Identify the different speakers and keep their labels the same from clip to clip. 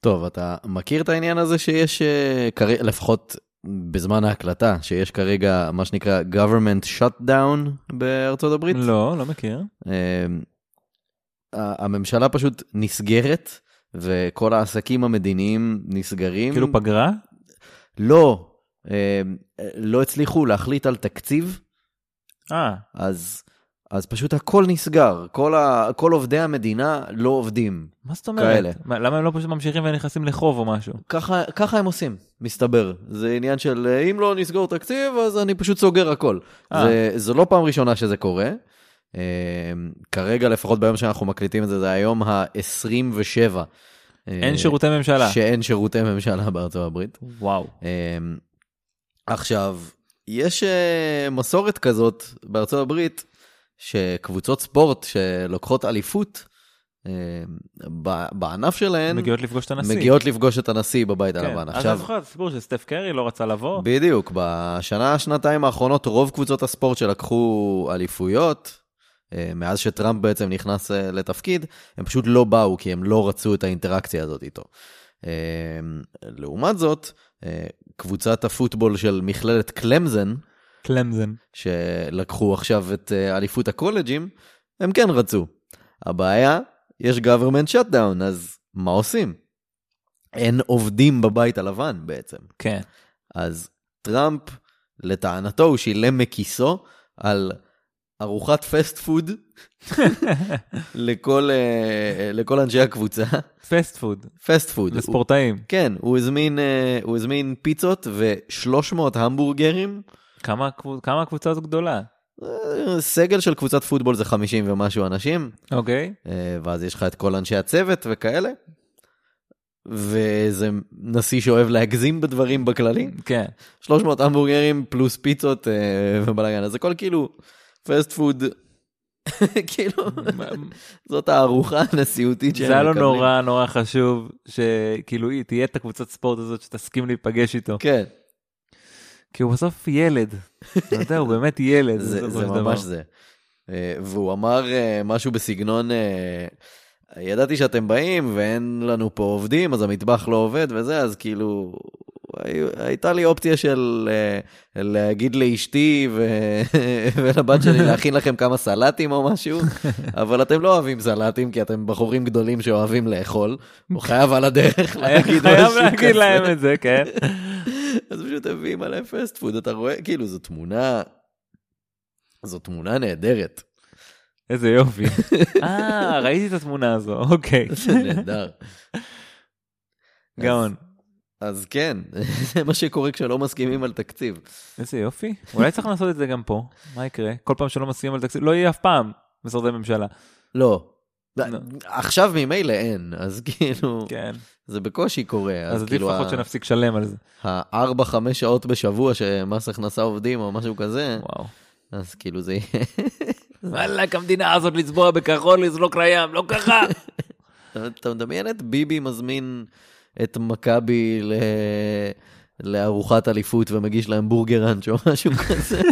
Speaker 1: טוב, אתה מכיר את העניין הזה שיש, אה, כרי- לפחות בזמן ההקלטה, שיש כרגע מה שנקרא government shutdown בארצות הברית?
Speaker 2: לא, לא מכיר.
Speaker 1: אה, ה- הממשלה פשוט נסגרת, וכל העסקים המדיניים נסגרים.
Speaker 2: כאילו פגרה?
Speaker 1: לא, אה, לא הצליחו להחליט על תקציב,
Speaker 2: אה,
Speaker 1: אז, אז פשוט הכל נסגר. כל, ה, כל עובדי המדינה לא עובדים.
Speaker 2: מה זאת אומרת?
Speaker 1: כאלה. אה,
Speaker 2: מה, למה הם לא פשוט ממשיכים ונכנסים לחוב או משהו?
Speaker 1: ככה, ככה הם עושים, מסתבר. זה עניין של אה, אם לא נסגור תקציב, אז אני פשוט סוגר הכל.
Speaker 2: אה.
Speaker 1: זה, זה לא פעם ראשונה שזה קורה. אה, כרגע, לפחות ביום שאנחנו מקליטים את זה, זה היום ה-27.
Speaker 2: אין שירותי ממשלה.
Speaker 1: שאין שירותי ממשלה בארצות הברית.
Speaker 2: וואו.
Speaker 1: אה, עכשיו, יש אה, מסורת כזאת בארצות הברית, שקבוצות ספורט שלוקחות אליפות, אה, ב- בענף שלהן,
Speaker 2: מגיעות לפגוש את הנשיא.
Speaker 1: מגיעות לפגוש את הנשיא בבית
Speaker 2: כן.
Speaker 1: הלבן.
Speaker 2: אז אני
Speaker 1: עכשיו,
Speaker 2: זוכר את הסיפור שסטף קרי לא רצה לבוא.
Speaker 1: בדיוק, בשנה, שנתיים האחרונות, רוב קבוצות הספורט שלקחו אליפויות, אה, מאז שטראמפ בעצם נכנס אה, לתפקיד, הם פשוט לא באו, כי הם לא רצו את האינטראקציה הזאת איתו. אה, לעומת זאת, אה, קבוצת הפוטבול של מכללת קלמזן,
Speaker 2: קלמזן.
Speaker 1: שלקחו עכשיו את אה, אליפות הקולג'ים, הם כן רצו. הבעיה, יש government shutdown, אז מה עושים? אין עובדים בבית הלבן בעצם.
Speaker 2: כן.
Speaker 1: אז טראמפ, לטענתו, הוא שילם מכיסו על ארוחת פסט פוד לכל, אה, לכל אנשי הקבוצה.
Speaker 2: פסט פוד.
Speaker 1: פסט פוד. הוא-
Speaker 2: לספורטאים.
Speaker 1: כן, הוא הזמין, אה, הוא הזמין פיצות ו-300 המבורגרים.
Speaker 2: כמה הקבוצ- כמה הקבוצה הזאת גדולה.
Speaker 1: אה, סגל של קבוצת פוטבול זה 50 ומשהו אנשים,
Speaker 2: אוקיי.
Speaker 1: אה, ואז יש לך את כל אנשי הצוות וכאלה. ואיזה נשיא שאוהב להגזים בדברים בכללי.
Speaker 2: כן.
Speaker 1: 300 המבורגרים פלוס פיצות אה, ובלאגן, אז הכל כאילו פסט פוד, כאילו, זאת הארוחה הנשיאותית שהם
Speaker 2: זה היה לו
Speaker 1: כן, מקבלים.
Speaker 2: נורא נורא חשוב שכאילו היא תהיה את הקבוצת ספורט הזאת שתסכים להיפגש איתו.
Speaker 1: כן,
Speaker 2: כי הוא בסוף ילד. אתה יודע, הוא באמת ילד.
Speaker 1: זה,
Speaker 2: בסופו
Speaker 1: זה
Speaker 2: של דבר.
Speaker 1: ממש זה. אה, והוא אמר אה, משהו בסגנון, אה, ידעתי שאתם באים ואין לנו פה עובדים, אז המטבח לא עובד וזה, אז כאילו, היו- הייתה לי אופציה של אה, להגיד לאשתי ו... ולבת שלי להכין לכם כמה סלטים או משהו, אבל אתם לא אוהבים סלטים, כי אתם בחורים גדולים שאוהבים לאכול. הוא חייב על הדרך להגיד
Speaker 2: חייב
Speaker 1: משהו
Speaker 2: להגיד
Speaker 1: כזה.
Speaker 2: להם את זה, כן.
Speaker 1: אז פשוט מביאים עליהם פסט פוד, אתה רואה, כאילו, זו תמונה, זו תמונה נהדרת.
Speaker 2: איזה יופי. אה, ראיתי את התמונה הזו, אוקיי.
Speaker 1: זה נהדר.
Speaker 2: גאון.
Speaker 1: אז, אז כן, זה מה שקורה כשלא מסכימים על תקציב.
Speaker 2: איזה יופי. אולי צריך לעשות את זה גם פה. מה יקרה? כל פעם שלא מסכימים על תקציב, לא יהיה אף פעם משרדי ממשלה.
Speaker 1: לא.
Speaker 2: לא.
Speaker 1: עכשיו ממילא אין, אז כאילו,
Speaker 2: כן.
Speaker 1: זה בקושי קורה.
Speaker 2: אז עדיף
Speaker 1: כאילו,
Speaker 2: לפחות
Speaker 1: ה-
Speaker 2: שנפסיק לשלם על זה.
Speaker 1: הארבע, חמש שעות בשבוע שמס הכנסה עובדים או משהו כזה,
Speaker 2: וואו.
Speaker 1: אז כאילו זה יהיה,
Speaker 2: וואלכ, המדינה הזאת לצבוע בכחול, לזלוק לים, לא ככה.
Speaker 1: אתה מדמיין את ביבי מזמין את מכבי ל... לארוחת אליפות ומגיש להם בורגראנץ' או משהו כזה.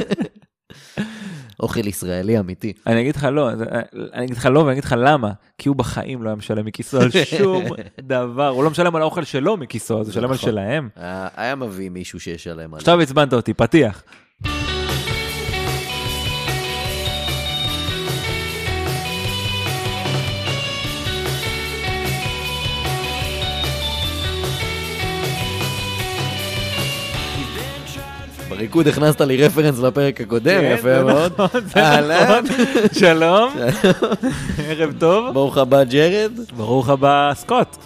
Speaker 1: אוכל ישראלי אמיתי.
Speaker 2: אני אגיד לך לא, זה- אני אגיד לך לא ואני אגיד לך למה, כי הוא בחיים לא היה משלם מכיסו על שום דבר, הוא לא משלם על האוכל שלו מכיסו, אז הוא
Speaker 1: זה
Speaker 2: משלם על
Speaker 1: נכון.
Speaker 2: שלהם.
Speaker 1: היה היה מביא מישהו שישלם עליו.
Speaker 2: עכשיו עצבנת אותי, פתיח.
Speaker 1: בריקוד הכנסת לי רפרנס לפרק הקודם,
Speaker 2: כן,
Speaker 1: יפה
Speaker 2: זה
Speaker 1: מאוד.
Speaker 2: נכון, זה
Speaker 1: אהלן,
Speaker 2: שלום, ערב טוב,
Speaker 1: ברוך הבא ג'רד.
Speaker 2: ברוך הבא סקוט.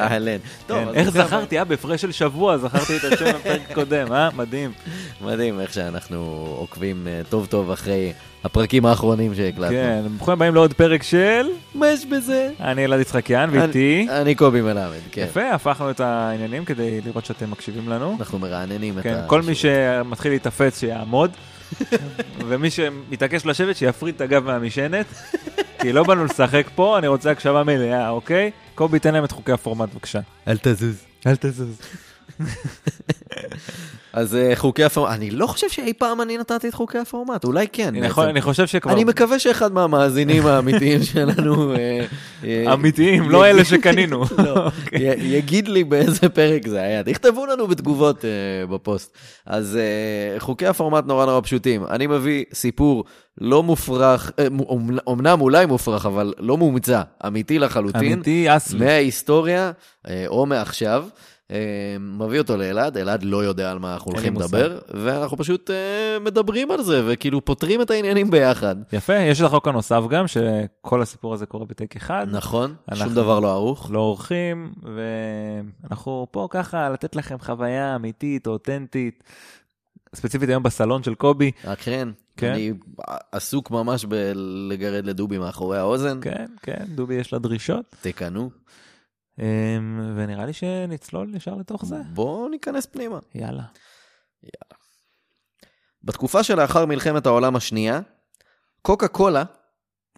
Speaker 1: אהלן. טוב,
Speaker 2: כן,
Speaker 1: אז
Speaker 2: איך
Speaker 1: עכשיו-
Speaker 2: זכרתי, אה, בהפרש של שבוע זכרתי את השם בפרק הקודם, אה, מדהים.
Speaker 1: מדהים איך שאנחנו עוקבים אה, טוב טוב אחרי הפרקים האחרונים שהקלטנו.
Speaker 2: כן, ברוכים הבאים לעוד פרק של,
Speaker 1: מה יש בזה?
Speaker 2: אני אלעד יצחקיאן ואיתי,
Speaker 1: אני- אני קובי מלמד, כן.
Speaker 2: יפה, הפכנו את העניינים כדי לראות שאתם מקשיבים לנו.
Speaker 1: אנחנו מרעננים את
Speaker 2: כן,
Speaker 1: ה...
Speaker 2: כל מי שמתחיל להיתפס שיעמוד, ומי שמתעקש לשבת שיפריד את הגב מהמשענת, כי לא באנו לשחק פה, אני רוצה הקשבה מלאה, אוקיי? קובי, תן להם את חוקי הפורמט בבקשה.
Speaker 1: אל תזוז.
Speaker 2: אל תזוז.
Speaker 1: אז אה, חוקי הפורמט, אני לא חושב שאי פעם אני נתתי את חוקי הפורמט, אולי כן.
Speaker 2: אני יכול-
Speaker 1: בעצם.
Speaker 2: אני חושב שכבר...
Speaker 1: אני מקווה שאחד מהמאזינים האמיתיים שלנו... אה, אה,
Speaker 2: אמיתיים, לא אלה שקנינו. אוקיי.
Speaker 1: לא, י- יגיד לי באיזה פרק זה היה, תכתבו לנו בתגובות אה, בפוסט. אז אה, חוקי הפורמט נורא נורא פשוטים. אני מביא סיפור לא מופרך, אה, מו- אומנ- אומנם אולי מופרך, אבל לא מומצא, אמיתי לחלוטין.
Speaker 2: אמיתי אסלי.
Speaker 1: מההיסטוריה, אה, או מעכשיו, אה, מביא אותו לאלעד, אלעד לא יודע על מה אנחנו
Speaker 2: אין
Speaker 1: הולכים
Speaker 2: לי מושג.
Speaker 1: לדבר, ואנחנו פשוט אה, מדברים על זה, וכאילו פותרים את העניינים ביחד.
Speaker 2: יפה, יש לך חוק הנוסף גם, שכל הסיפור הזה קורה בטק אחד.
Speaker 1: נכון, שום
Speaker 2: אנחנו-
Speaker 1: דבר לא ערוך.
Speaker 2: לא עורכים, ואנחנו פה ככה לתת לכם חוויה אמיתית, אותנטית. ספציפית היום בסלון של קובי,
Speaker 1: אכן,
Speaker 2: כן.
Speaker 1: אני עסוק ממש בלגרד לדובי מאחורי האוזן,
Speaker 2: כן, כן, דובי יש לה דרישות,
Speaker 1: תקנו,
Speaker 2: אמ, ונראה לי שנצלול ישר לתוך זה.
Speaker 1: בואו ניכנס פנימה.
Speaker 2: יאללה.
Speaker 1: בתקופה שלאחר מלחמת העולם השנייה, קוקה קולה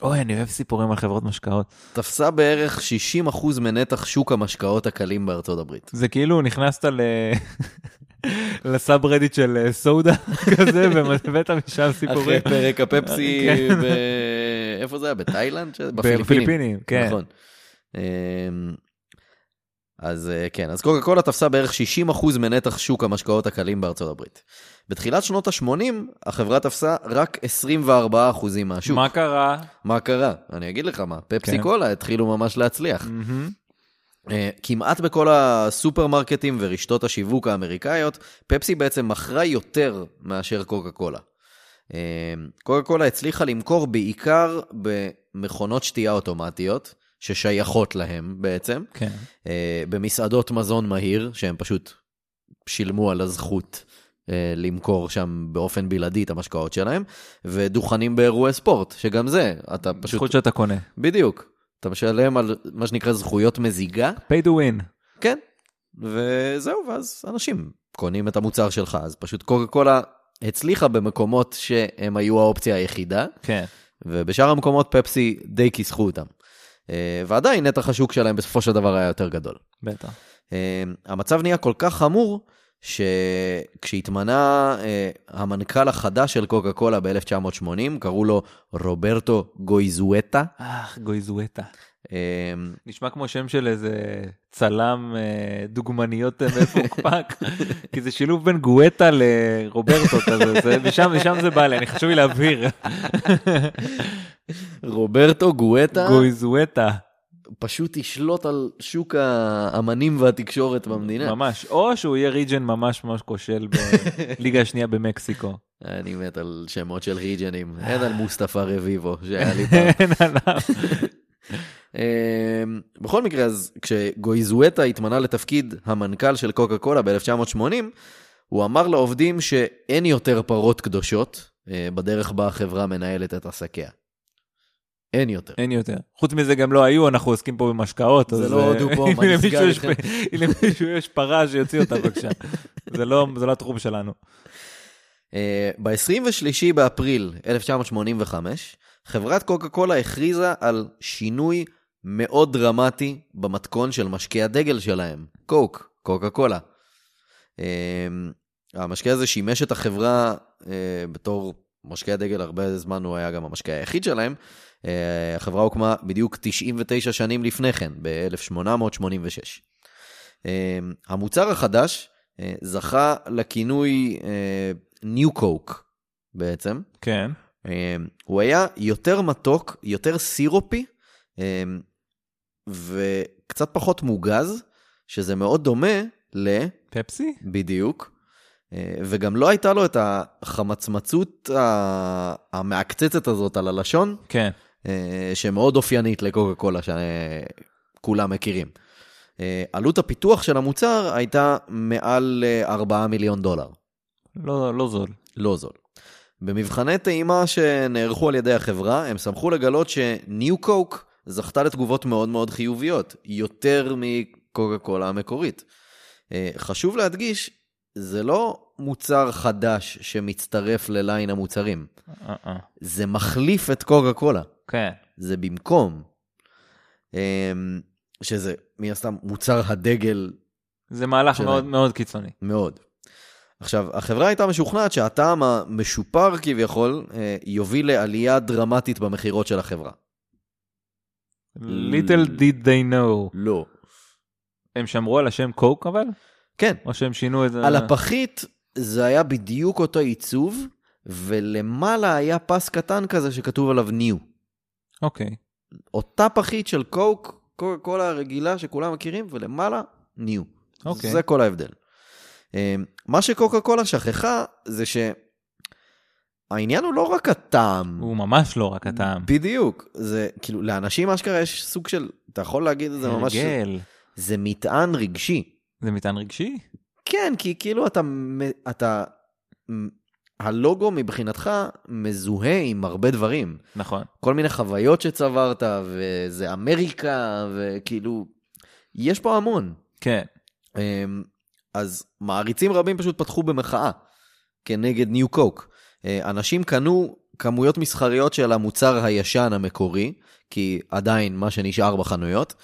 Speaker 2: אוי, אני אוהב סיפורים על חברות משקאות.
Speaker 1: תפסה בערך 60% מנתח שוק המשקאות הקלים בארצות הברית.
Speaker 2: זה כאילו נכנסת ל... לסאב רדיט של אה, סודה כזה, והבאת משם
Speaker 1: אחרי
Speaker 2: סיפורים.
Speaker 1: פרק הפפסי,
Speaker 2: כן.
Speaker 1: ב... איפה זה היה? בתאילנד? ש-
Speaker 2: בפיליפינים, כן.
Speaker 1: נכון. אמ, אז אה, כן, אז קוקה קולה תפסה בערך 60% מנתח שוק המשקאות הקלים בארצות הברית. בתחילת שנות ה-80, החברה תפסה רק 24% מהשוק.
Speaker 2: מה קרה?
Speaker 1: מה קרה? אני אגיד לך מה, פפסי
Speaker 2: כן.
Speaker 1: קולה התחילו ממש להצליח.
Speaker 2: מהמם.
Speaker 1: אה, כמעט בכל הסופרמרקטים ורשתות השיווק האמריקאיות, פפסי בעצם מכרה יותר מאשר קוקה קולה. אה, קוקה קולה הצליחה למכור בעיקר במכונות שתייה אוטומטיות, ששייכות להם בעצם,
Speaker 2: כן.
Speaker 1: אה, במסעדות מזון מהיר, שהם פשוט שילמו על הזכות אה, למכור שם באופן בלעדי את המשקאות שלהם, ודוכנים באירועי ספורט, שגם זה, אתה פשוט...
Speaker 2: זכות שאתה קונה.
Speaker 1: בדיוק. אתה משלם על מה שנקרא זכויות מזיגה.
Speaker 2: pay to win.
Speaker 1: כן, וזהו, ואז אנשים קונים את המוצר שלך, אז פשוט קוקה קולה הצליחה במקומות שהם היו האופציה היחידה,
Speaker 2: כן.
Speaker 1: ובשאר המקומות פפסי די כיסחו אותם. אה, ועדיין נתח השוק שלהם בסופו של דבר היה יותר גדול.
Speaker 2: בטח.
Speaker 1: אה, המצב נהיה כל כך חמור, שכשהתמנה אה, המנכ"ל החדש של קוקה קולה ב-1980, קראו לו רוברטו גויזואטה.
Speaker 2: אה, גויזואטה.
Speaker 1: אה,
Speaker 2: נשמע כמו שם של איזה צלם אה, דוגמניות אה, מפוקפק, כי זה שילוב בין גואטה לרוברטו כזה, זה- משם משם זה בא לי, אני חשוב לי להבהיר.
Speaker 1: רוברטו גואטה.
Speaker 2: גויזואטה,
Speaker 1: פשוט ישלוט על שוק האמנים והתקשורת במדינה.
Speaker 2: ממש, או שהוא יהיה ריג'ן ממש ממש כושל בליגה השנייה במקסיקו.
Speaker 1: אני מת על שמות של ריג'נים, הן על מוסטפא רביבו שהיה לי פעם.
Speaker 2: אין עליו.
Speaker 1: אמ, בכל מקרה, אז כשגויזואטה התמנה לתפקיד המנכ"ל של קוקה קולה ב-1980, הוא אמר לעובדים שאין יותר פרות קדושות אה, בדרך בה החברה מנהלת את עסקיה. אין יותר.
Speaker 2: אין יותר. חוץ מזה גם לא היו, אנחנו עוסקים פה במשקאות.
Speaker 1: זה
Speaker 2: אז,
Speaker 1: לא
Speaker 2: אה,
Speaker 1: דובו,
Speaker 2: אם
Speaker 1: מה נסגר
Speaker 2: למישהו יש-
Speaker 1: איתכם?
Speaker 2: אם למישהו יש פרה, שיוציא אותה בבקשה. זה לא זה לא התחום שלנו.
Speaker 1: אה, ב-23 באפריל 1985, חברת קוקה קולה הכריזה על שינוי מאוד דרמטי במתכון של משקי הדגל שלהם, קוק, קוקה קולה. המשקה הזה שימש את החברה אה, בתור משקה הדגל, הרבה זמן הוא היה גם המשקה היחיד שלהם. אה, החברה הוקמה בדיוק 99 שנים לפני כן, ב-1886. אה, המוצר החדש אה, זכה לכינוי אה, ניו קוק בעצם.
Speaker 2: כן.
Speaker 1: אה, הוא היה יותר מתוק, יותר סירופי אה, וקצת פחות מוגז, שזה מאוד דומה ל...
Speaker 2: פפסי?
Speaker 1: בדיוק. אה, וגם לא הייתה לו את החמצמצות ה- המעקצצת הזאת על הלשון,
Speaker 2: כן.
Speaker 1: אה, שמאוד אופיינית לקוקה קולה שכולם מכירים. אה, עלות הפיתוח של המוצר הייתה מעל אה, 4 מיליון דולר,
Speaker 2: לא, לא זול.
Speaker 1: לא זול. במבחני טעימה שנערכו על ידי החברה, הם שמחו לגלות שניו קוק זכתה לתגובות מאוד מאוד חיוביות, יותר מקוקה קולה המקורית. אה, חשוב להדגיש, זה לא מוצר חדש שמצטרף לליין המוצרים,
Speaker 2: אה-אה.
Speaker 1: זה מחליף את קוקה קולה.
Speaker 2: אה, כן.
Speaker 1: זה אה, במקום, אמ, שזה מן הסתם מוצר הדגל
Speaker 2: זה מהלך
Speaker 1: שלהם.
Speaker 2: מאוד מאוד קיצוני.
Speaker 1: מאוד. עכשיו, החברה הייתה משוכנעת שהטעם המשופר כביכול אה, יוביל לעלייה דרמטית במכירות של החברה.
Speaker 2: Little did they know.
Speaker 1: לא.
Speaker 2: הם שמרו על השם קוק אבל?
Speaker 1: כן,
Speaker 2: או שהם שינו את זה?
Speaker 1: על הפחית זה היה בדיוק אותו עיצוב, ולמעלה היה פס קטן כזה שכתוב עליו ניו.
Speaker 2: אוקיי.
Speaker 1: אותה פחית של קוק, כל, כל הרגילה שכולם מכירים, ולמעלה, ניו.
Speaker 2: אוקיי.
Speaker 1: זה כל ההבדל. אה, מה שקוקה קולה שכחה זה שהעניין הוא לא רק הטעם.
Speaker 2: הוא ממש לא רק הטעם.
Speaker 1: בדיוק. זה כאילו, לאנשים אשכרה יש סוג של, אתה יכול להגיד את זה ממש,
Speaker 2: הרגל.
Speaker 1: זה מטען רגשי.
Speaker 2: זה מטען רגשי?
Speaker 1: כן, כי כאילו אתה, מ- אתה, מ- הלוגו מבחינתך מזוהה עם הרבה דברים.
Speaker 2: נכון.
Speaker 1: כל מיני חוויות שצברת, וזה אמריקה, וכאילו, יש פה המון.
Speaker 2: כן.
Speaker 1: אמ, אז מעריצים רבים פשוט פתחו במחאה כנגד ניו קוק. אה, אנשים קנו כמויות מסחריות של המוצר הישן המקורי, כי עדיין מה שנשאר בחנויות,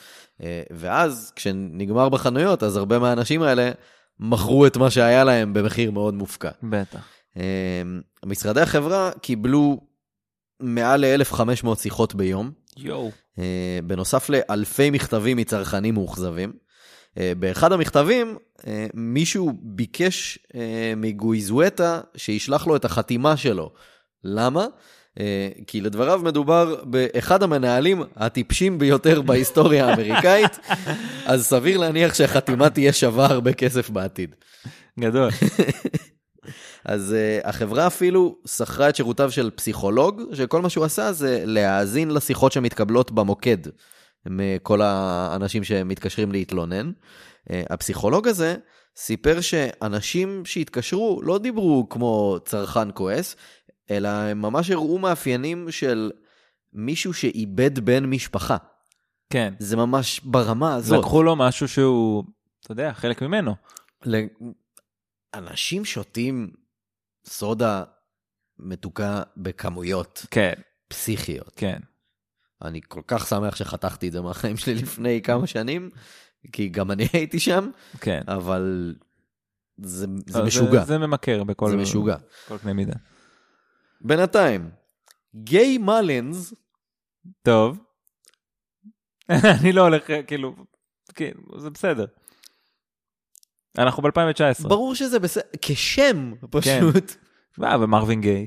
Speaker 1: אה, ואז כשנגמר בחנויות, אז הרבה מהאנשים האלה מכרו את מה שהיה להם במחיר מאוד מופקע.
Speaker 2: בטח.
Speaker 1: אמ, משרדי החברה קיבלו מעל ל-1,500 שיחות ביום,
Speaker 2: יואו.
Speaker 1: אה, בנוסף לאלפי מכתבים מצרכנים מאוכזבים. אה, באחד המכתבים אה, מישהו ביקש אה, מגויזואטה שישלח לו את החתימה שלו. למה? אה, כי לדבריו מדובר באחד המנהלים הטיפשים ביותר בהיסטוריה האמריקאית, אז סביר להניח שהחתימה תהיה שווה הרבה כסף בעתיד.
Speaker 2: גדול.
Speaker 1: אז uh, החברה אפילו שכרה את שירותיו של פסיכולוג, שכל מה שהוא עשה זה להאזין לשיחות שמתקבלות במוקד מכל האנשים שמתקשרים להתלונן. Uh, הפסיכולוג הזה סיפר שאנשים שהתקשרו לא דיברו כמו צרכן כועס, אלא הם ממש הראו מאפיינים של מישהו שאיבד בן משפחה.
Speaker 2: כן.
Speaker 1: זה ממש ברמה
Speaker 2: אז
Speaker 1: הזאת.
Speaker 2: לקחו לו משהו שהוא, אתה יודע, חלק ממנו.
Speaker 1: ל- אנשים שותים סודה מתוקה בכמויות
Speaker 2: כן.
Speaker 1: פסיכיות.
Speaker 2: כן.
Speaker 1: אני כל כך שמח שחתכתי את זה מהחיים שלי לפני כמה שנים, כי גם אני הייתי שם,
Speaker 2: כן.
Speaker 1: אבל זה, זה
Speaker 2: אז
Speaker 1: משוגע, זה,
Speaker 2: אה, זה ממכר בכל...
Speaker 1: זה משוגע.
Speaker 2: בכל קנה מידה.
Speaker 1: בינתיים, גיי מלינס,
Speaker 2: טוב. אני לא הולך, כאילו, כן, זה בסדר. אנחנו ב-2019.
Speaker 1: ברור שזה בסדר, כשם פשוט,
Speaker 2: ברור. אה, ומרווין גיי.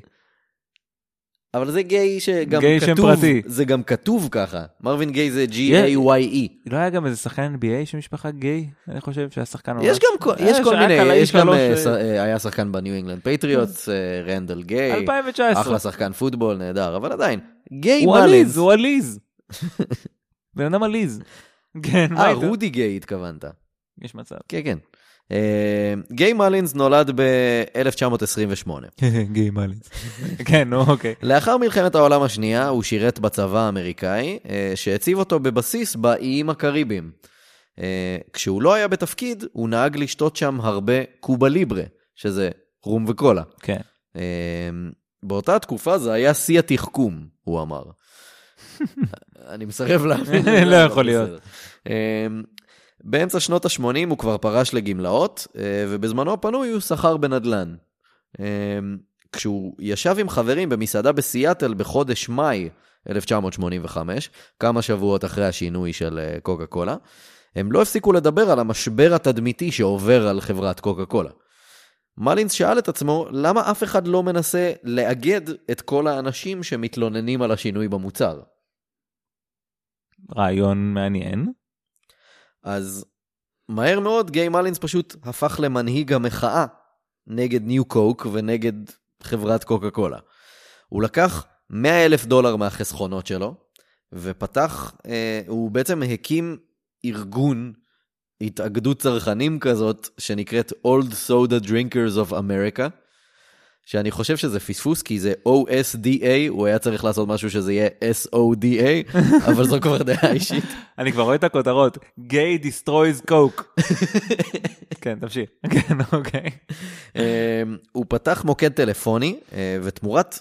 Speaker 1: אבל זה גיי שגם
Speaker 2: גיי שם
Speaker 1: כתוב,
Speaker 2: פרטי.
Speaker 1: זה גם כתוב ככה, מרווין גיי זה
Speaker 2: יש-
Speaker 1: G-A-Y-E.
Speaker 2: לא היה גם איזה שחקן NBA שמשפחה גיי? אני חושב שהשחקן... לא-
Speaker 1: יש גם כל-
Speaker 2: אה, היה
Speaker 1: יש כל
Speaker 2: שרק
Speaker 1: מיני,
Speaker 2: על האיש
Speaker 1: יש גם
Speaker 2: שלוש,
Speaker 1: אה,
Speaker 2: אה,
Speaker 1: ש- אה, היה שחקן בניו אינגלנד פטריוטס, אה, רנדל גיי,
Speaker 2: 2019.
Speaker 1: אחלה שחקן פוטבול, נהדר, אבל עדיין, גיי
Speaker 2: הוא עליז,
Speaker 1: מלינס,
Speaker 2: הוא עליז. בן אדם עליז. כן, מה
Speaker 1: אה,
Speaker 2: איתו?
Speaker 1: רודי גיי התכוונת,
Speaker 2: יש מצב.
Speaker 1: כן, כן. אה, גיי מלינס נולד ב-1928.
Speaker 2: גיי מליץ. כן, נו, אוקיי.
Speaker 1: לאחר מלחמת העולם השנייה הוא שירת בצבא האמריקאי, אה, שהציב אותו בבסיס באיים הקריביים. אה, כשהוא לא היה בתפקיד, הוא נהג לשתות שם הרבה קובה ליברה, שזה רום וקולה.
Speaker 2: כן.
Speaker 1: אמ, באותה תקופה זה היה שיא התחכום, הוא אמר. אני מסרב להאמין.
Speaker 2: לא
Speaker 1: אבל
Speaker 2: יכול להיות.
Speaker 1: בסדר. אמ, באמצע שנות ה-80 הוא כבר פרש לגמלאות, אה, ובזמנו הפנוי הוא שכר בנדל"ן. אמ, כשהוא ישב עם חברים במסעדה בסיאטל בחודש מאי 1985, כמה שבועות אחרי השינוי של אה, קוקה קולה, הם לא הפסיקו לדבר על המשבר התדמיתי שעובר על חברת קוקה קולה. מלינס שאל את עצמו למה אף אחד לא מנסה לאגד את כל האנשים שמתלוננים על השינוי במוצר.
Speaker 2: רעיון מעניין.
Speaker 1: אז מהר מאוד גיי מלינס פשוט הפך למנהיג המחאה נגד ניו קוק ונגד חברת קוקה קולה. הוא לקח 100 אלף דולר מהחסכונות שלו, ופתח, אה, הוא בעצם הקים ארגון, התאגדות צרכנים כזאת, שנקראת Old Soda Drinkers of America, שאני חושב שזה פספוס, כי זה OSDA, הוא היה צריך לעשות משהו שזה יהיה SODA, אבל זו כבר דעה אישית.
Speaker 2: אני כבר רואה את הכותרות, גיי דיסטרויז קוק. כן, תמשיך. כן, אוקיי.
Speaker 1: אמ, הוא פתח מוקד טלפוני, אה, ותמורת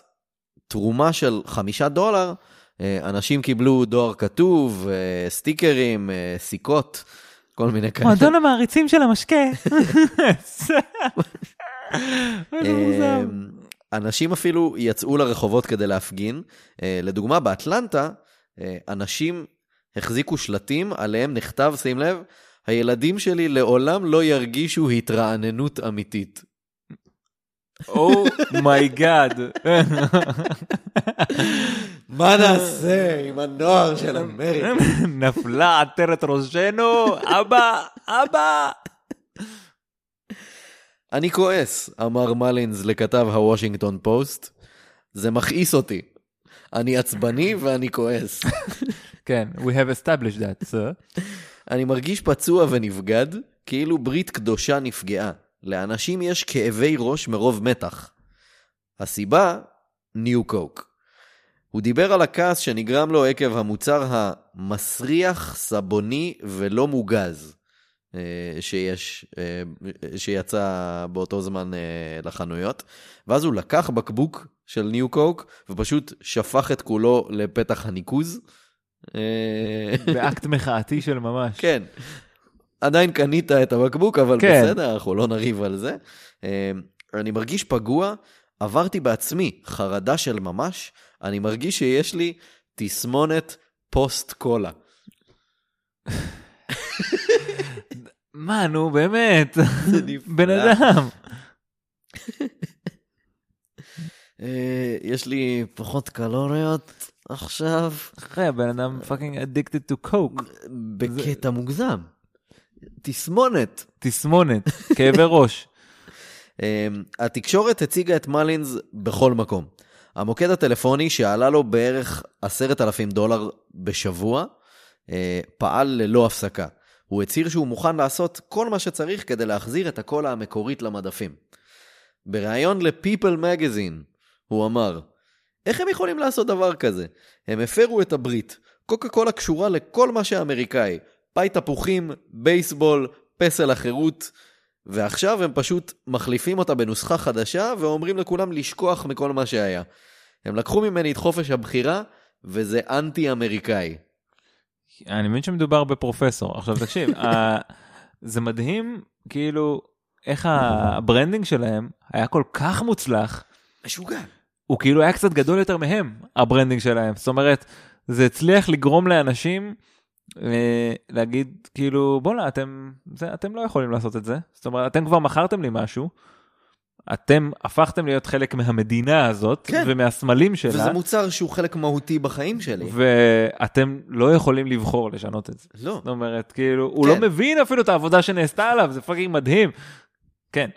Speaker 1: תרומה של חמישה דולר, אה, אנשים קיבלו דואר כתוב, אה, סטיקרים, אה, סיכות, כל כל מיני כאלה.
Speaker 2: מועדון המעריצים של המשקה. איזה מוזר.
Speaker 1: אמ, אנשים אפילו יצאו לרחובות כדי להפגין. אה, לדוגמה, באטלנטה, אה, אנשים החזיקו שלטים, עליהם נכתב, שים לב, הילדים שלי לעולם לא ירגישו התרעננות אמיתית.
Speaker 2: Oh אומייגאד.
Speaker 1: מה נעשה עם הנוער של אמריקה?
Speaker 2: נפלה עטרת ראשנו, אבא, אבא.
Speaker 1: אני כועס, אמר מלינס לכתב הוושינגטון פוסט. זה מכעיס אותי. אני עצבני ואני כועס.
Speaker 2: כן, we have established that, sir.
Speaker 1: אני מרגיש פצוע ונבגד, כאילו ברית קדושה נפגעה. לאנשים יש כאבי ראש מרוב מתח. הסיבה, ניו קוק. הוא דיבר על הכעס שנגרם לו עקב המוצר המסריח, סבוני ולא מוגז אה, שיש, אה, שיצא באותו זמן אה, לחנויות. ואז הוא לקח בקבוק של ניו קוק ופשוט שפך את כולו לפתח הניקוז. אה,
Speaker 2: באקט מחאתי של ממש.
Speaker 1: כן. עדיין קנית את הבקבוק, אבל
Speaker 2: כן.
Speaker 1: כן. בסדר, אנחנו לא נריב על זה. אה, אני מרגיש פגוע, עברתי בעצמי חרדה של ממש, אני מרגיש שיש לי תסמונת פוסט קולה.
Speaker 2: מה, נו, באמת.
Speaker 1: נפלא.
Speaker 2: בן אדם.
Speaker 1: אה, יש לי פחות קלוריות עכשיו,
Speaker 2: אחי, הבן אדם פאקינג addicted to coke.
Speaker 1: בקטע מוגזם. תסמונת.
Speaker 2: תסמונת, כאבי ראש.
Speaker 1: אה, התקשורת הציגה את מלינס בכל מקום. המוקד הטלפוני שעלה לו בערך עשרת אלפים דולר בשבוע, אה, פעל ללא הפסקה. הוא הצהיר שהוא מוכן לעשות כל מה שצריך כדי להחזיר את הקולה המקורית למדפים. בריאיון ל-People Magazine, הוא אמר, איך הם יכולים לעשות דבר כזה? הם הפרו את הברית. קוקה קולה קשורה לכל מה שאמריקאי. פאי תפוחים, בייסבול, פסל החירות, ועכשיו הם פשוט מחליפים אותה בנוסחה חדשה ואומרים לכולם לשכוח מכל מה שהיה. הם לקחו ממני את חופש הבחירה, וזה אנטי-אמריקאי.
Speaker 2: אני מבין שמדובר בפרופסור. עכשיו תקשיב, ה- זה מדהים כאילו איך הברנדינג שלהם היה כל כך מוצלח,
Speaker 1: משוגע.
Speaker 2: הוא כאילו היה קצת גדול יותר מהם, הברנדינג שלהם. זאת אומרת, זה הצליח לגרום לאנשים אה, להגיד כאילו בואנה אתם, זה, אתם לא יכולים לעשות את זה. זאת אומרת, אתם כבר מכרתם לי משהו. אתם הפכתם להיות חלק מהמדינה הזאת
Speaker 1: כן.
Speaker 2: ומהסמלים שלה.
Speaker 1: וזה מוצר שהוא חלק מהותי בחיים שלי.
Speaker 2: ואתם לא יכולים לבחור לשנות את זה.
Speaker 1: לא.
Speaker 2: זאת אומרת, כאילו, הוא
Speaker 1: כן.
Speaker 2: לא מבין אפילו את העבודה שנעשתה עליו, זה פאקינג מדהים. כן,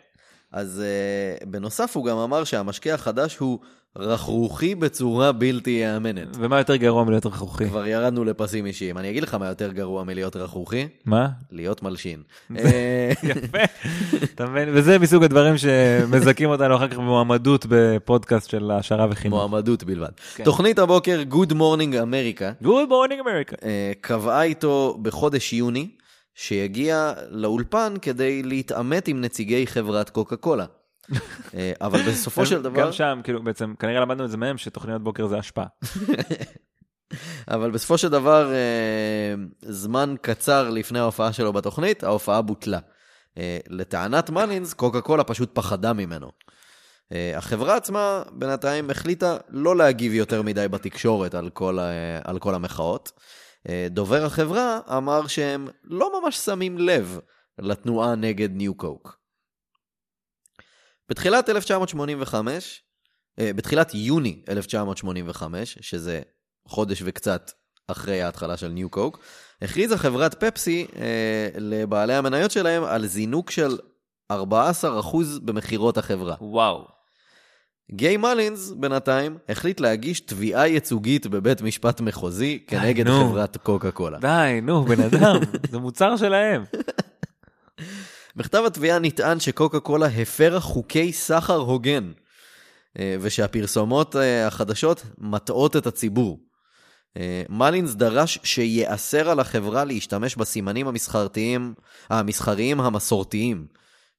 Speaker 1: אז uh, בנוסף הוא גם אמר שהמשקה החדש הוא רכרוכי בצורה בלתי יאמנת.
Speaker 2: ומה יותר גרוע מלהיות רכרוכי?
Speaker 1: כבר ירדנו לפסים אישיים. אני אגיד לך מה יותר גרוע מלהיות רכרוכי?
Speaker 2: מה?
Speaker 1: להיות מלשין. אה,
Speaker 2: יפה, אתה מבין? וזה מסוג הדברים שמזכים אותנו אחר כך במועמדות בפודקאסט של העשרה וחינוך.
Speaker 1: מועמדות בלבד.
Speaker 2: כן.
Speaker 1: תוכנית הבוקר, Good Morning America,
Speaker 2: Good morning America.
Speaker 1: אה, קבעה איתו בחודש יוני שיגיע לאולפן כדי להתעמת עם נציגי חברת קוקה קולה. אה, אבל בסופו של דבר,
Speaker 2: גם שם, כאילו, בעצם, כנראה למדנו את זה מהם, שתוכניות בוקר זה השפעה.
Speaker 1: אבל בסופו של דבר, אה, זמן קצר לפני ההופעה שלו בתוכנית, ההופעה בוטלה. אה, לטענת מלינס, קוקה קולה פשוט פחדה ממנו. אה, החברה עצמה בינתיים החליטה לא להגיב יותר מדי בתקשורת על כל, ה- על כל המחאות. אה, דובר החברה אמר שהם לא ממש שמים לב לתנועה נגד ניו קוק. בתחילת 1985, אה, בתחילת יוני 1985, שזה חודש וקצת אחרי ההתחלה של ניו קוק, הכריזה חברת פפסי אה, לבעלי המניות שלהם על זינוק של 14% במכירות החברה.
Speaker 2: וואו.
Speaker 1: גיי מלינס, בינתיים, החליט להגיש תביעה ייצוגית בבית משפט מחוזי כנגד
Speaker 2: נו.
Speaker 1: חברת קוקה קולה.
Speaker 2: די, נו, בן אדם, זה מוצר שלהם.
Speaker 1: בכתב התביעה נטען שקוקה קולה הפרה חוקי סחר הוגן, אה, ושהפרסומות אה, החדשות מטעות את הציבור. אה, מלינס דרש שייאסר על החברה להשתמש בסימנים המסחרתיים, המסחריים המסורתיים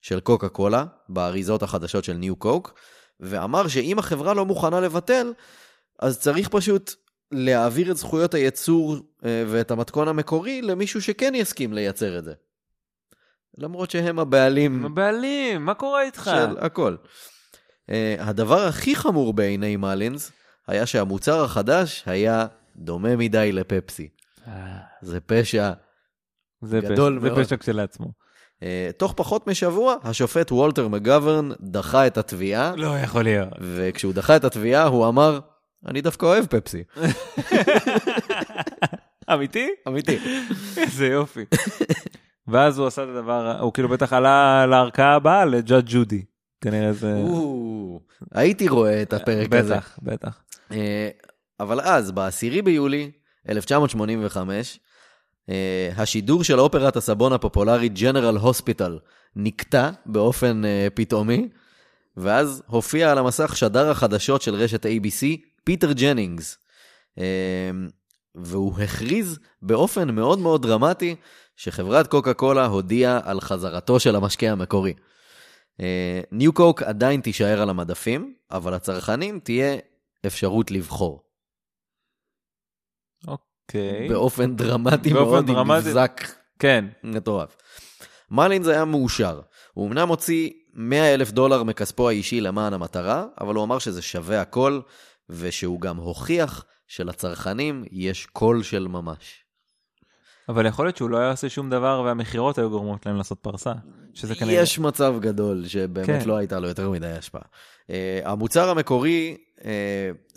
Speaker 1: של קוקה קולה באריזות החדשות של ניו קוק, ואמר שאם החברה לא מוכנה לבטל, אז צריך פשוט להעביר את זכויות הייצור אה, ואת המתכון המקורי למישהו שכן יסכים לייצר את זה. למרות שהם הבעלים
Speaker 2: הבעלים, מה קורה איתך?
Speaker 1: של הכל. אה, הדבר הכי חמור בעיני מלינס היה שהמוצר החדש היה דומה מדי לפפסי.
Speaker 2: אה,
Speaker 1: זה פשע.
Speaker 2: זה
Speaker 1: גדול
Speaker 2: פשע- זה
Speaker 1: מאוד.
Speaker 2: פשע כשלעצמו.
Speaker 1: אה, תוך פחות משבוע, השופט וולטר מגוורן דחה את התביעה,
Speaker 2: לא יכול להיות.
Speaker 1: וכשהוא דחה את התביעה הוא אמר, אני דווקא אוהב פפסי.
Speaker 2: אמיתי?
Speaker 1: אמיתי.
Speaker 2: איזה יופי. ואז הוא עשה את הדבר, הוא כאילו בטח עלה לערכאה הבאה לג'אד ג'ודי. כנראה זה...
Speaker 1: או, הייתי רואה את הפרק הזה.
Speaker 2: בטח, בטח.
Speaker 1: אה, אבל אז, ב-10 ביולי 1985, אה, השידור של אופרת הסבון הפופולרית ג'נרל הוספיטל נקטע באופן אה, פתאומי, ואז הופיע על המסך שדר החדשות של רשת ABC, פיטר ג'נינגס. אה, והוא הכריז באופן מאוד מאוד דרמטי שחברת קוקה קולה הודיעה על חזרתו של המשקה המקורי. אה, ניו קוק עדיין תישאר על המדפים, אבל לצרכנים תהיה אפשרות לבחור.
Speaker 2: אוקיי.
Speaker 1: באופן דרמטי
Speaker 2: באופן
Speaker 1: מאוד, עם
Speaker 2: דרמטי.
Speaker 1: מבזק
Speaker 2: כן.
Speaker 1: מטורף. מלינס היה מאושר. הוא אמנם הוציא 100 אלף דולר מכספו האישי למען המטרה, אבל הוא אמר שזה שווה הכל, ושהוא גם הוכיח שלצרכנים יש קול של ממש.
Speaker 2: אבל יכול להיות שהוא לא היה עושה שום דבר והמכירות היו גורמות להם לעשות פרסה. שזה כנראה...
Speaker 1: יש מצב גדול שבאמת
Speaker 2: כן.
Speaker 1: כן. לא הייתה לו יותר מדי השפעה. Uh, המוצר המקורי, uh,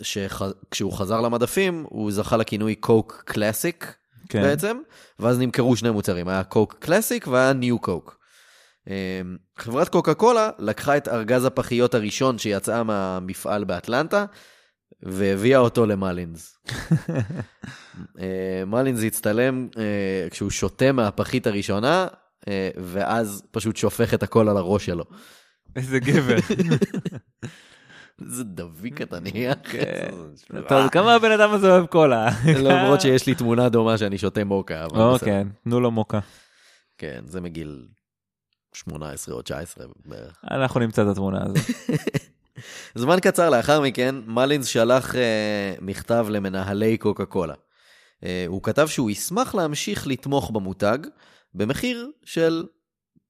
Speaker 1: שכשהוא חזר למדפים, הוא זכה לכינוי קוק קלאסיק.
Speaker 2: כן.
Speaker 1: בעצם, ואז נמכרו שני מוצרים, היה קוק קלאסיק והיה ניו קוק. אמ, חברת קוקה קולה לקחה את ארגז הפחיות הראשון שיצאה מהמפעל באטלנטה, והביאה אותו למלינס. אה, מלינס הצטלם אה, כשהוא שותה מהפחית הראשונה, אה, ואז פשוט שופך את הכל על הראש שלו.
Speaker 2: איזה גבר.
Speaker 1: איזה דביק אתה נהיה. אה,
Speaker 2: כן. טוב, כמה הבן אדם הזה אוהב קולה.
Speaker 1: לא, למרות שיש לי תמונה דומה שאני שותה מוקה, אבל
Speaker 2: או,
Speaker 1: בסדר.
Speaker 2: כן, תנו לו מוקה.
Speaker 1: כן, זה מגיל 18 או 19 בערך.
Speaker 2: אנחנו נמצא את התמונה הזאת.
Speaker 1: זמן קצר לאחר מכן, מלינס שלח אה, מכתב למנהלי קוקה קולה. אה, הוא כתב שהוא ישמח להמשיך לתמוך במותג במחיר של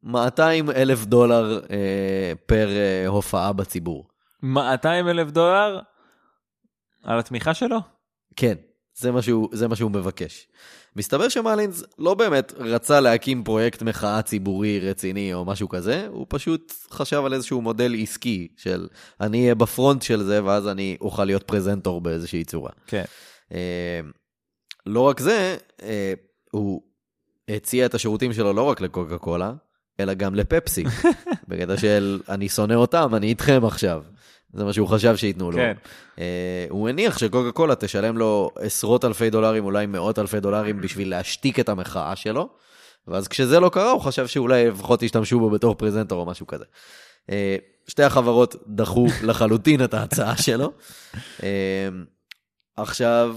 Speaker 1: 200 אלף דולר אה, פר אה, הופעה בציבור.
Speaker 2: 200 אלף דולר על התמיכה שלו?
Speaker 1: כן, זה מה שהוא, זה מה שהוא מבקש. מסתבר שמלינס לא באמת רצה להקים פרויקט מחאה ציבורי רציני או משהו כזה, הוא פשוט חשב על איזשהו מודל עסקי של אני אהיה בפרונט של זה ואז אני אוכל להיות פרזנטור באיזושהי צורה.
Speaker 2: כן.
Speaker 1: אה, לא רק זה, אה, הוא הציע את השירותים שלו לא רק לקוקה קולה, אלא גם לפפסי. בקטע של אני שונא אותם, אני איתכם עכשיו. זה מה שהוא חשב שייתנו לו.
Speaker 2: כן.
Speaker 1: אה, הוא הניח שקוקה קולה תשלם לו עשרות אלפי דולרים, אולי מאות אלפי דולרים, בשביל להשתיק את המחאה שלו. ואז כשזה לא קרה, הוא חשב שאולי לפחות ישתמשו בו בתור פרזנטור או משהו כזה. אה, שתי החברות דחו לחלוטין את ההצעה שלו. אה, עכשיו,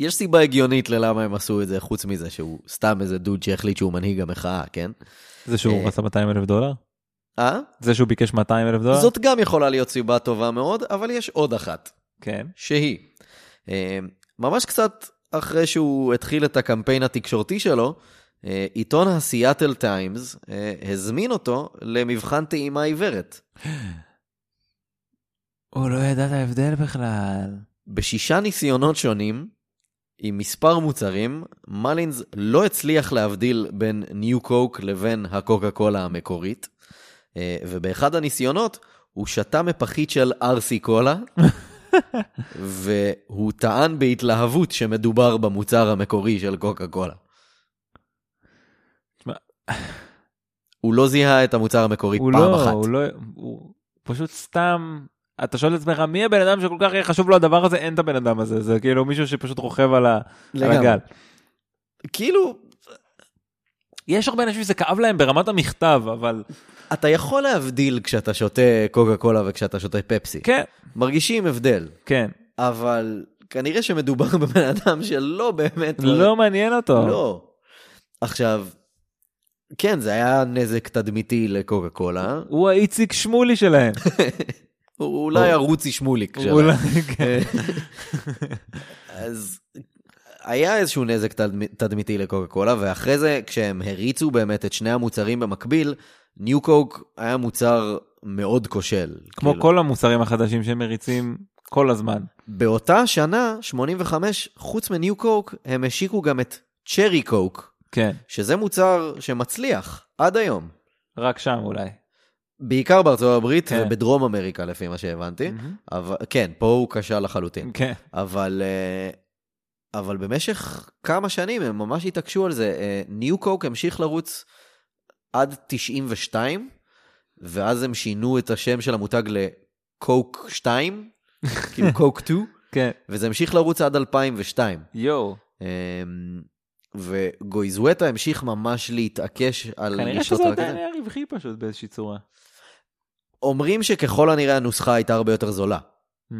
Speaker 1: יש סיבה הגיונית ללמה הם עשו את זה, חוץ מזה שהוא סתם איזה דוד שהחליט שהוא מנהיג המחאה, כן?
Speaker 2: זה שהוא
Speaker 1: אה.
Speaker 2: רצה 200 אלף דולר?
Speaker 1: אה?
Speaker 2: זה שהוא ביקש 200 אלף דולר?
Speaker 1: זאת גם יכולה להיות סיבה טובה מאוד, אבל יש עוד אחת.
Speaker 2: כן.
Speaker 1: שהיא. אה, ממש קצת אחרי שהוא התחיל את הקמפיין התקשורתי שלו, אה, עיתון הסיאטל טיימס אה, הזמין אותו למבחן טעימה עיוורת.
Speaker 2: הוא לא ידע את ההבדל בכלל.
Speaker 1: בשישה ניסיונות שונים, עם מספר מוצרים, מלינס לא הצליח להבדיל בין ניו קוק לבין הקוקה קולה המקורית, אה, ובאחד הניסיונות הוא שתה מפחית של ארסי קולה, והוא טען בהתלהבות שמדובר במוצר המקורי של קוקה קולה.
Speaker 2: תשמע.
Speaker 1: הוא לא זיהה את המוצר המקורי
Speaker 2: הוא
Speaker 1: פעם
Speaker 2: לא,
Speaker 1: אחת.
Speaker 2: הוא לא, הוא פשוט סתם, אתה שואל את עצמך, מי הבן אדם שכל כך חשוב לו הדבר הזה? אין את הבן אדם הזה, זה כאילו מישהו שפשוט רוכב על ה- על
Speaker 1: לגמרי.
Speaker 2: הגל.
Speaker 1: כאילו,
Speaker 2: יש הרבה אנשים שזה כאב להם ברמת המכתב, אבל
Speaker 1: אתה יכול להבדיל כשאתה שותה קוקה קולה וכשאתה שותה פפסי.
Speaker 2: כן,
Speaker 1: מרגישים הבדל.
Speaker 2: כן,
Speaker 1: אבל כנראה שמדובר בבן אדם שלא באמת...
Speaker 2: לא מעניין אותו.
Speaker 1: לא. עכשיו, כן, זה היה נזק תדמיתי לקוקה קולה.
Speaker 2: הוא האיציק שמולי שלהם.
Speaker 1: הוא אולי
Speaker 2: הוא- כן. אה,
Speaker 1: הרוצי שמוליק
Speaker 2: אולי,
Speaker 1: שלה.
Speaker 2: כן.
Speaker 1: אז היה איזשהו נזק תדמ- תדמיתי לקוקה קולה, ואחרי זה, כשהם הריצו באמת את שני המוצרים במקביל, ניו קוק היה מוצר מאוד כושל. כאילו.
Speaker 2: כמו כל המוצרים החדשים שמריצים כל הזמן.
Speaker 1: באותה שנה, 85, חוץ מניו קוק, הם השיקו גם את צ'רי קוק,
Speaker 2: כן,
Speaker 1: שזה מוצר שמצליח עד היום.
Speaker 2: רק שם אולי.
Speaker 1: בעיקר בארצות הברית
Speaker 2: כן.
Speaker 1: ובדרום אמריקה, לפי מה שהבנתי.
Speaker 2: מהמם.
Speaker 1: אבל, כן, פה הוא כשל לחלוטין.
Speaker 2: כן.
Speaker 1: אבל, אה, אבל במשך כמה שנים הם ממש התעקשו על זה. אה, ניו קוק המשיך לרוץ עד 92, ואז הם שינו את השם של המותג לקוק 2, כאילו קוק 2,
Speaker 2: כן.
Speaker 1: וזה המשיך לרוץ עד 2002.
Speaker 2: יואו.
Speaker 1: אמ, וגויזואטה המשיך ממש להתעקש על
Speaker 2: כנראה
Speaker 1: לשלוט
Speaker 2: שזה
Speaker 1: על
Speaker 2: עדיין
Speaker 1: הכתף.
Speaker 2: היה רווחי פשוט באיזושהי צורה.
Speaker 1: אומרים שככל הנראה הנוסחה הייתה הרבה יותר זולה,
Speaker 2: Mm,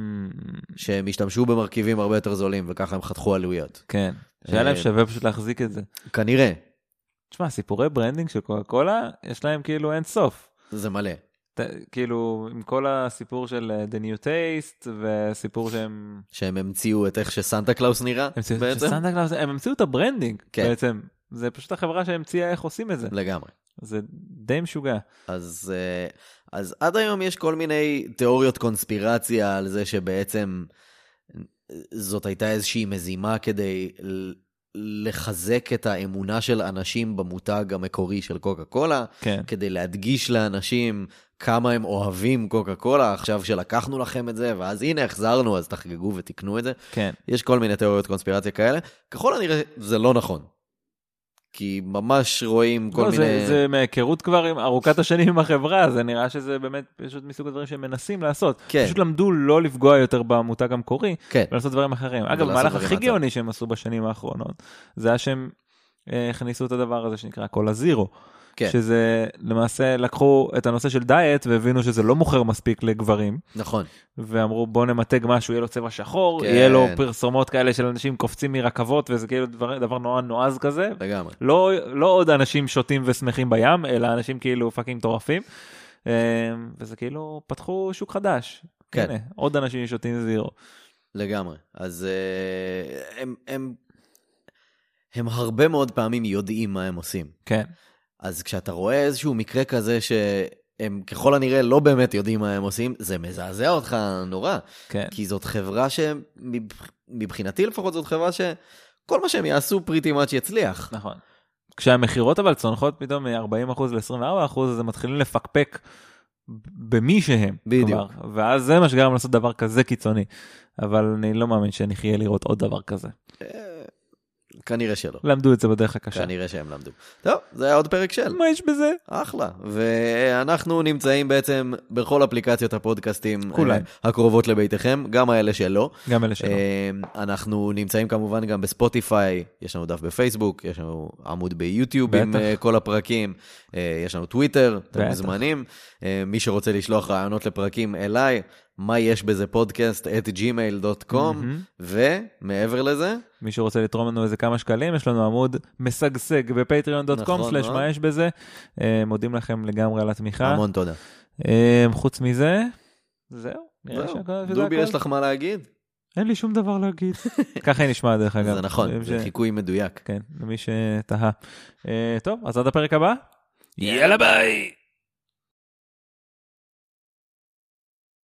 Speaker 1: שהם השתמשו במרכיבים הרבה יותר זולים וככה הם חתכו עלויות.
Speaker 2: כן. שהיה להם
Speaker 1: אה,
Speaker 2: שווה פשוט להחזיק את זה.
Speaker 1: כנראה,
Speaker 2: תשמע, סיפורי ברנדינג של קוקה קולה, יש להם כאילו אין סוף.
Speaker 1: זה מלא.
Speaker 2: ת- כאילו, עם כל הסיפור של אה, The New Taste, וסיפור שהם...
Speaker 1: שהם המציאו את איך שסנטה קלאוס נראה
Speaker 2: הם המציאו-
Speaker 1: בעצם.
Speaker 2: שסנטה קלאוס- הם המציאו את הברנדינג
Speaker 1: כן.
Speaker 2: בעצם. זה פשוט החברה שהמציאה איך עושים את זה.
Speaker 1: לגמרי.
Speaker 2: זה די משוגע.
Speaker 1: אז, אה, אז עד היום יש כל מיני תיאוריות קונספירציה על זה שבעצם אה, זאת הייתה איזושהי מזימה כדי ל- לחזק את האמונה של אנשים במותג המקורי של קוקה קולה,
Speaker 2: כן.
Speaker 1: כדי להדגיש לאנשים כמה הם אוהבים קוקה קולה, עכשיו שלקחנו לכם את זה, ואז הנה החזרנו, אז תחגגו ותקנו את זה.
Speaker 2: כן.
Speaker 1: יש כל מיני תיאוריות קונספירציה כאלה. ככל הנראה זה לא נכון. כי ממש רואים כל
Speaker 2: לא,
Speaker 1: מיני...
Speaker 2: זה, זה מהיכרות כבר עם ארוכת השנים עם החברה, זה נראה שזה באמת פשוט מסוג הדברים שהם מנסים לעשות.
Speaker 1: כן.
Speaker 2: פשוט למדו לא לפגוע יותר במותג המקורי,
Speaker 1: כן,
Speaker 2: ולעשות דברים אחרים. אגב,
Speaker 1: ולעשות
Speaker 2: המהלך
Speaker 1: דברים
Speaker 2: הכי
Speaker 1: מהצד.
Speaker 2: גאוני שהם עשו בשנים האחרונות, זה היה שהם אה, הכניסו את הדבר הזה שנקרא קולה זירו.
Speaker 1: כן,
Speaker 2: שזה למעשה לקחו את הנושא של דיאט והבינו שזה לא מוכר מספיק לגברים
Speaker 1: נכון.
Speaker 2: ואמרו בוא נמתג משהו יהיה לו צבע שחור
Speaker 1: כן.
Speaker 2: יהיה לו פרסומות כאלה של אנשים קופצים מרכבות וזה כאילו דבר, דבר נורא נועז כזה
Speaker 1: לגמרי.
Speaker 2: לא, לא עוד אנשים שותים ושמחים בים, אלא אנשים כאילו פאקינג מטורפים. אמ, וזה כאילו פתחו שוק חדש.
Speaker 1: כן.
Speaker 2: הנה, עוד אנשים שותים זירו.
Speaker 1: לגמרי. אז אה, הם, הם, הם הרבה מאוד פעמים יודעים מה הם עושים.
Speaker 2: כן,
Speaker 1: אז כשאתה רואה איזשהו מקרה כזה שהם ככל הנראה לא באמת יודעים מה הם עושים, זה מזעזע אותך נורא.
Speaker 2: כן,
Speaker 1: כי זאת חברה שמבחינתי לפחות זאת חברה שכל מה שהם יעשו פריטי מאץ' יצליח.
Speaker 2: נכון. כשהמכירות אבל צונחות פתאום מ-40% ל-24% אז הם מתחילים לפקפק במי שהם.
Speaker 1: בדיוק.
Speaker 2: כלומר, ואז זה מה שגרם להם לעשות דבר כזה קיצוני. אבל אני לא מאמין שנחיה לראות עוד דבר כזה.
Speaker 1: אה, כנראה שלא.
Speaker 2: למדו את זה בדרך הקשה.
Speaker 1: כנראה שהם למדו. טוב, זה היה עוד פרק של.
Speaker 2: מה יש בזה?
Speaker 1: אחלה. ואנחנו נמצאים בעצם בכל אפליקציות הפודקאסטים
Speaker 2: כולן.
Speaker 1: אה, הקרובות לביתכם, גם האלה שלא.
Speaker 2: גם אלה שלא.
Speaker 1: אה, אנחנו נמצאים כמובן גם בספוטיפיי, יש לנו דף בפייסבוק, יש לנו עמוד ביוטיוב עם
Speaker 2: בטח.
Speaker 1: אה, כל הפרקים, אה, יש לנו טוויטר, אתם
Speaker 2: בטח.
Speaker 1: מוזמנים. אה, מי שרוצה לשלוח רעיונות לפרקים אליי, מה יש בזה פודקאסט, את gmail.com,
Speaker 2: מהמם.
Speaker 1: ומעבר לזה,
Speaker 2: מי שרוצה לתרום לנו איזה כמה שקלים, יש לנו עמוד משגשג בפטריון.קום
Speaker 1: נכון
Speaker 2: סלש
Speaker 1: מאוד.
Speaker 2: מה יש בזה. אה, מודים לכם לגמרי על התמיכה.
Speaker 1: המון תודה.
Speaker 2: אה, חוץ מזה, זהו. נראה
Speaker 1: זהו.
Speaker 2: שהכל- שזה
Speaker 1: דובי,
Speaker 2: הכל.
Speaker 1: יש לך מה להגיד?
Speaker 2: אין לי שום דבר להגיד. ככה היא נשמעת דרך אגב. אה,
Speaker 1: זה נכון,
Speaker 2: דברים
Speaker 1: זה
Speaker 2: ש-
Speaker 1: חיקוי מדויק.
Speaker 2: כן, למי שתהה. אה, טוב, אז עד הפרק הבא. יאללה ביי!